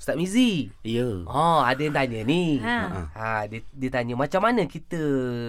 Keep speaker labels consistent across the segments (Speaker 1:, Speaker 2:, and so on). Speaker 1: Ustaz Mizi.
Speaker 2: Ya.
Speaker 1: Oh, ada yang tanya ni.
Speaker 3: Ha.
Speaker 2: Ha.
Speaker 1: Ha, dia, dia tanya macam mana kita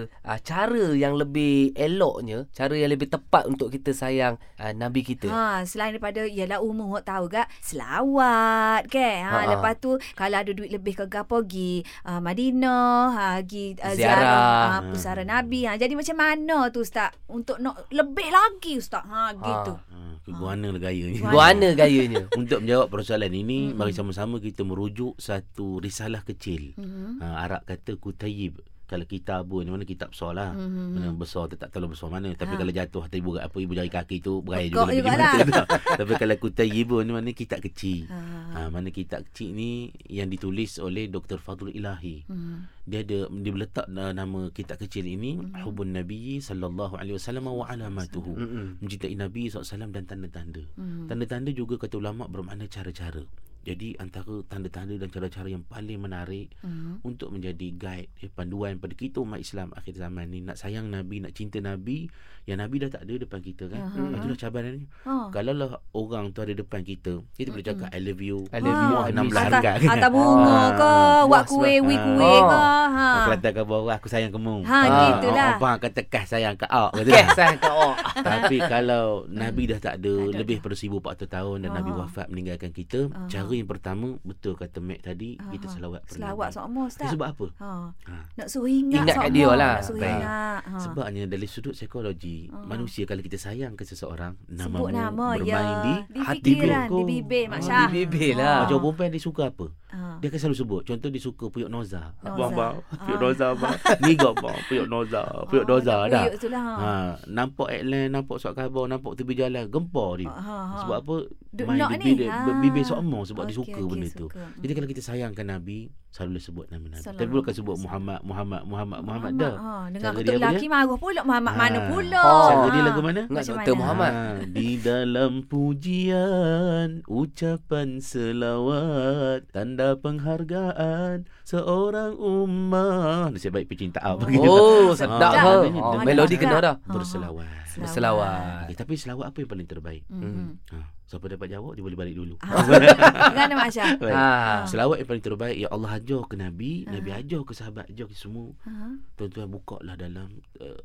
Speaker 1: uh, cara yang lebih eloknya, cara yang lebih tepat untuk kita sayang uh, Nabi kita.
Speaker 3: Ha, selain daripada ialah umur awak tahu gak selawat kan. Ha,
Speaker 1: Ha, ha.
Speaker 3: ha, lepas tu kalau ada duit lebih ke gapo pergi uh, Madinah, ha pergi uh,
Speaker 1: Ziarah.
Speaker 3: ziarah uh, pusara Nabi. Ha, jadi macam mana tu ustaz untuk nak lebih lagi ustaz. Ha gitu.
Speaker 2: Ha, ke guana lah gayanya.
Speaker 1: Guana gayanya.
Speaker 2: Untuk menjawab persoalan ini, mm-hmm. mari sama-sama kita merujuk satu risalah kecil.
Speaker 3: Mhm.
Speaker 2: Ha, Arab kata kutayib. Kalau kita abu ni mana kitab besar lah.
Speaker 3: Mhm.
Speaker 2: Mana besar tak, tak terlalu besar mana. Tapi
Speaker 3: Ha.
Speaker 2: kalau jatuh atas ibu apa ibu jari kaki tu beraya
Speaker 3: Bekok
Speaker 2: juga. lebih
Speaker 3: jugalah.
Speaker 2: jemata tau. Tapi kalau kutayib ni mana kitab kecil.
Speaker 3: Ha.
Speaker 2: Ha, mana kitab kecil ni yang ditulis oleh Dr. Fadul Ilahi.
Speaker 3: Mhm.
Speaker 2: Dia ada dia meletak uh, nama kitab kecil ini mm-hmm. Hubun Nabi sallallahu alaihi wasallam wa alamatuhu.
Speaker 1: Mm-mm.
Speaker 2: mencintai Nabi SAW dan tanda-tanda.
Speaker 3: Mhm.
Speaker 2: Tanda-tanda juga kata ulama bermakna cara-cara. Jadi antara tanda-tanda dan cara-cara yang paling menarik
Speaker 3: Mhm.
Speaker 2: untuk menjadi guide eh, panduan pada kita umat Islam akhir zaman ni nak sayang Nabi, nak cinta Nabi yang Nabi dah tak ada depan kita kan.
Speaker 3: Aha.
Speaker 2: Uh-huh. Itulah cabarannya.
Speaker 3: Ha.
Speaker 2: Kalau lah orang tu ada depan kita, kita boleh cakap I love you.
Speaker 3: Ah.
Speaker 1: I love you,
Speaker 2: Wah,
Speaker 1: I
Speaker 2: enam
Speaker 1: miss
Speaker 2: belas
Speaker 1: you.
Speaker 3: Ha. Atas,
Speaker 2: harga.
Speaker 3: atas bunga
Speaker 2: Ah,
Speaker 3: ke,
Speaker 2: buah
Speaker 3: wak kuih,
Speaker 2: sebab-
Speaker 3: wi
Speaker 2: ah.
Speaker 3: kuih ke. Ha.
Speaker 2: Ha. Kelantan kau bawah aku sayang kamu. Ah,
Speaker 3: Ha, gitulah.
Speaker 2: Abang kata kah sayang kau. Ah, kata.
Speaker 1: Kes saya kat awak.
Speaker 2: Tapi kalau Nabi dah tak ada
Speaker 3: Tak ada Ah.
Speaker 2: Lebih pada 1400 tahun Dan Nabi
Speaker 3: Aha.
Speaker 2: wafat meninggalkan kita
Speaker 3: Aha.
Speaker 2: Cara yang pertama Betul kata Mac tadi Kita
Speaker 3: Aha.
Speaker 2: selawat pada
Speaker 3: Ah. Selawat
Speaker 2: Nabi.
Speaker 3: sama
Speaker 2: Ni
Speaker 3: ustaz.
Speaker 2: Sebab apa?
Speaker 3: Ha.
Speaker 2: Ha.
Speaker 3: Nak suruh ingat
Speaker 1: Ingat kat
Speaker 3: sama,
Speaker 1: dia lah.
Speaker 3: Nak suruh
Speaker 2: Baik.
Speaker 3: ingat. Ha.
Speaker 2: Sebabnya dari sudut psikologi
Speaker 3: Aha.
Speaker 2: Manusia kalau kita sayang ke seseorang
Speaker 3: Ah. Sebut
Speaker 2: Namamu
Speaker 3: nama ya.
Speaker 2: bermain di
Speaker 3: Di
Speaker 2: hati
Speaker 3: fikiran,
Speaker 2: kau.
Speaker 3: di bibir Mak
Speaker 2: Ah,
Speaker 3: Syah. Ah.
Speaker 1: di bibir lah.
Speaker 2: Macam perempuan dia suka apa?
Speaker 3: Ha.
Speaker 2: Dia akan selalu sebut Contoh dia suka Puyuk Noza
Speaker 3: Noza.
Speaker 2: Abang bang Puyuk
Speaker 3: Ah.
Speaker 2: Noza bang Ni kau bang Puyuk Noza Puyuk Noza
Speaker 3: nak
Speaker 2: dah
Speaker 3: puyuk tu lah. Ha.
Speaker 2: Ha, nampak headline, nampak surat khabar, nampak tepi jalan, gempar dia.
Speaker 3: Ha, ha.
Speaker 2: Sebab apa?
Speaker 3: Duk
Speaker 2: main
Speaker 3: nak
Speaker 2: dia
Speaker 3: ni.
Speaker 2: bibir,
Speaker 3: Ha.
Speaker 2: bibir sokmo sebab dia
Speaker 3: Okey,
Speaker 2: suka
Speaker 3: okey,
Speaker 2: benda tu.
Speaker 3: suka.
Speaker 2: Jadi kalau kita sayangkan Nabi, selalu sebut nama Nabi. Tapi
Speaker 3: Hmm. Salam.
Speaker 2: bukan sebut Muhammad, Muhammad, Muhammad, Muhammad dah.
Speaker 3: Ha. Dengan
Speaker 2: Cara
Speaker 3: ketuk
Speaker 2: dia apa
Speaker 3: lelaki marah pula Muhammad
Speaker 2: Ha.
Speaker 3: mana pula.
Speaker 1: Oh.
Speaker 2: Cara dia
Speaker 3: Ha.
Speaker 2: lagu mana?
Speaker 1: Ingat
Speaker 3: Macam
Speaker 1: Dr.
Speaker 3: mana?
Speaker 1: Muhammad.
Speaker 2: Ha, di dalam pujian, ucapan selawat, tanda penghargaan seorang ummah. Nasib baik pecinta apa
Speaker 1: Oh, sedap
Speaker 2: Ah,
Speaker 1: ha.
Speaker 2: maknanya
Speaker 1: Oh,
Speaker 2: dia-
Speaker 1: melodi kena dah.
Speaker 3: Ha, ha.
Speaker 2: Berselawat.
Speaker 3: Selawat.
Speaker 1: Berselawat.
Speaker 2: Okay, tapi selawat apa yang paling terbaik?
Speaker 3: Mhm.
Speaker 2: Ha, siapa dapat jawab dia boleh balik dulu.
Speaker 3: Ha. Gimana Mak Syah?
Speaker 2: Baik.
Speaker 1: Ha.
Speaker 2: Selawat yang paling terbaik yang Allah ajar ke Nabi,
Speaker 3: Ah.
Speaker 2: Nabi ajar ke sahabat, ajar ke semua.
Speaker 3: Ha.
Speaker 2: Tuan-tuan buka lah dalam uh,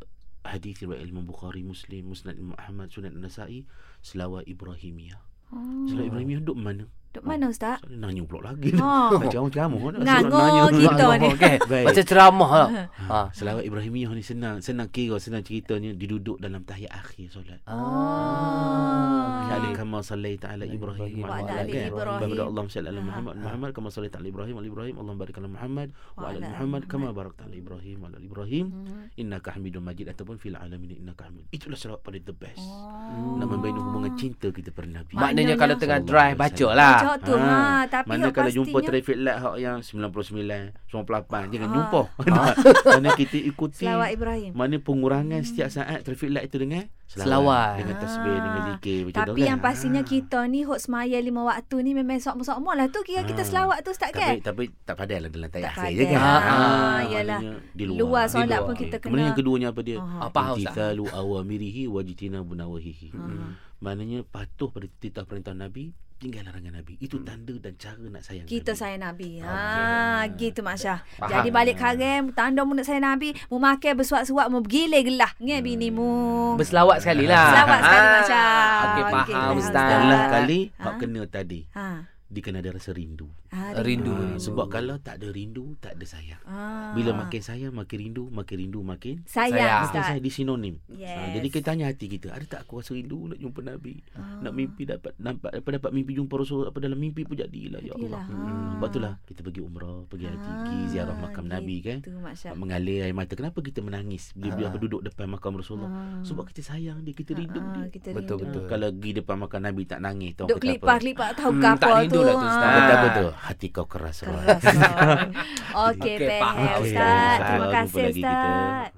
Speaker 2: hadis riwayat Imam Bukhari, Muslim, Musnad Imam Ahmad, Sunan An-Nasa'i, selawat Ibrahimiyah. Selawat
Speaker 1: Oh.
Speaker 2: Ibrahimiyah duduk mana?
Speaker 3: Duk mana Ustaz?
Speaker 2: Saya nanya pula lagi.
Speaker 3: Ha.
Speaker 2: Macam orang ceramah nak
Speaker 3: Nganggur
Speaker 2: suruh nanya.
Speaker 3: kita
Speaker 2: Nganggur,
Speaker 3: ni.
Speaker 2: okey. Baik.
Speaker 1: Macam ceramah lah. Ha.
Speaker 2: Ha, selawat Ibrahimiyah ni senang, senang kira, senang ceritanya diduduk dalam tahiyat akhir solat.
Speaker 3: Ah.
Speaker 2: Ya Ali kama sallaita ala Ibrahim
Speaker 1: Wa
Speaker 2: wa
Speaker 1: ala
Speaker 2: ala
Speaker 1: ali
Speaker 2: kan.
Speaker 3: Ibrahim.
Speaker 2: Ibadah Allah salli ala
Speaker 3: Ha.
Speaker 2: Muhammad Muhammad kama sallaita ala Ibrahim wa ala Ibrahim Allah barik ala Muhammad wa ala Muhammad kama barakta ala Ibrahim wa ala Ibrahim
Speaker 3: Mhm.
Speaker 2: innaka Hamidum Majid ataupun fil alamin innaka Hamid. Itulah selawat paling the best.
Speaker 3: Oh.
Speaker 2: Nak membina hubungan cinta kita pada Nabi.
Speaker 1: Maknanya
Speaker 3: Maknanya
Speaker 1: kalau
Speaker 3: lah.
Speaker 1: tengah drive baca lah.
Speaker 3: Cocok tu.
Speaker 2: Ha.
Speaker 3: Ha. Tapi
Speaker 2: Mana
Speaker 3: hak
Speaker 2: kalau jumpa
Speaker 3: pastinya-
Speaker 2: traffic light hak yang 99, 98 jangan
Speaker 3: Ah.
Speaker 2: jumpa. Mana kita ikuti
Speaker 3: Selawat Hmm. Ibrahim.
Speaker 2: mana pengurangan setiap saat traffic light itu dengan
Speaker 1: Selawat.
Speaker 2: dengan tasbih
Speaker 3: Ah.
Speaker 2: dengan zikir macam tu
Speaker 3: Tapi
Speaker 2: kan.
Speaker 3: yang pastinya
Speaker 2: Ah.
Speaker 3: kita ni hok semaya lima waktu ni memang sok-sok lah tu kira
Speaker 2: Ha.
Speaker 3: kita selawat tu Ustaz
Speaker 2: Tapi
Speaker 3: kan?
Speaker 2: tapi tak padai lah dalam tayar
Speaker 3: Tak
Speaker 2: akhir je kan.
Speaker 3: pandai.
Speaker 1: Ah,
Speaker 2: Ah,
Speaker 3: yalah.
Speaker 2: maknanya Di luar.
Speaker 3: Luar solat
Speaker 1: luar.
Speaker 3: pun kita
Speaker 2: Kemudian
Speaker 3: kena.
Speaker 2: yang keduanya apa dia?
Speaker 3: Ha.
Speaker 1: Ah, faham tak?
Speaker 2: Intikalu awamirihi wajitina bunawahihi.
Speaker 3: Ah.
Speaker 2: Maknanya patuh pada titah perintah Nabi, tinggal larangan Nabi. Itu tanda dan cara nak sayang
Speaker 3: Kita
Speaker 2: Nabi.
Speaker 3: sayang Nabi.
Speaker 2: Okey.
Speaker 3: Ha, gitu Mak Syah.
Speaker 1: Faham.
Speaker 3: Jadi balik karem, tanda mu nak sayang Nabi, mu makan bersuat-suat, mu bergilai gelah
Speaker 2: Hmm.
Speaker 3: ngai bini mu.
Speaker 1: Berselawat sekali lah.
Speaker 3: Selawat sekali Mak Syah.
Speaker 1: Okey, faham
Speaker 3: faham,
Speaker 1: Ustaz.
Speaker 3: Ustaz.
Speaker 2: Lelah kali
Speaker 3: Ha?
Speaker 2: hak kena tadi.
Speaker 3: Ha.
Speaker 2: Dia kena ada rasa rindu.
Speaker 3: Ha,
Speaker 1: Rindu.
Speaker 2: Ah, sebab kalau tak ada rindu, tak ada sayang.
Speaker 3: Ha.
Speaker 2: Bila makin sayang, makin rindu, makin rindu, makin
Speaker 1: Sayang.
Speaker 3: sayang
Speaker 2: Bukan
Speaker 3: Ah. Ustaz.
Speaker 2: saya di sinonim.
Speaker 3: Yes.
Speaker 2: Ha, jadi kita tanya hati kita, ada tak aku rasa rindu nak jumpa Nabi?
Speaker 3: Ah,
Speaker 2: Nak mimpi dapat nampak apa dapat mimpi jumpa Rasul apa dalam mimpi pun jadilah ya Allah.
Speaker 3: Jadilah,
Speaker 2: Hmm.
Speaker 3: ha.
Speaker 2: Sebab itulah kita pergi umrah, pergi haji, pergi
Speaker 3: Ah,
Speaker 2: ziarah makam Nabi kan.
Speaker 3: Gitu Mak Syah.
Speaker 2: Nak mengalir air mata. Kenapa kita menangis bila bila
Speaker 1: Ah.
Speaker 2: aku duduk depan makam Rasulullah?
Speaker 3: Ah.
Speaker 2: Sebab kita sayang dia, kita rindu
Speaker 3: Ah,
Speaker 2: dia.
Speaker 3: Kita
Speaker 1: Betul,
Speaker 3: rindu.
Speaker 1: betul.
Speaker 2: Ha, Kalau pergi depan makam Nabi tak nangis tahu
Speaker 3: Duk
Speaker 2: kata apa?
Speaker 3: lipat-lipat tahu
Speaker 1: Hmm,
Speaker 3: hmm,
Speaker 1: tak
Speaker 3: kapal
Speaker 1: rindu
Speaker 3: tu.
Speaker 1: lah tu, Ustaz.
Speaker 2: Kata
Speaker 3: Ah.
Speaker 1: Ah.
Speaker 2: apa tu? Hati kau keras. Keras.
Speaker 3: Keras. Okey,
Speaker 1: Okey,
Speaker 3: okay,
Speaker 1: faham,
Speaker 3: Ustaz.
Speaker 2: Ustaz.
Speaker 3: Terima
Speaker 2: Jumpa
Speaker 3: kasih,
Speaker 2: lagi kita.
Speaker 3: Ustaz.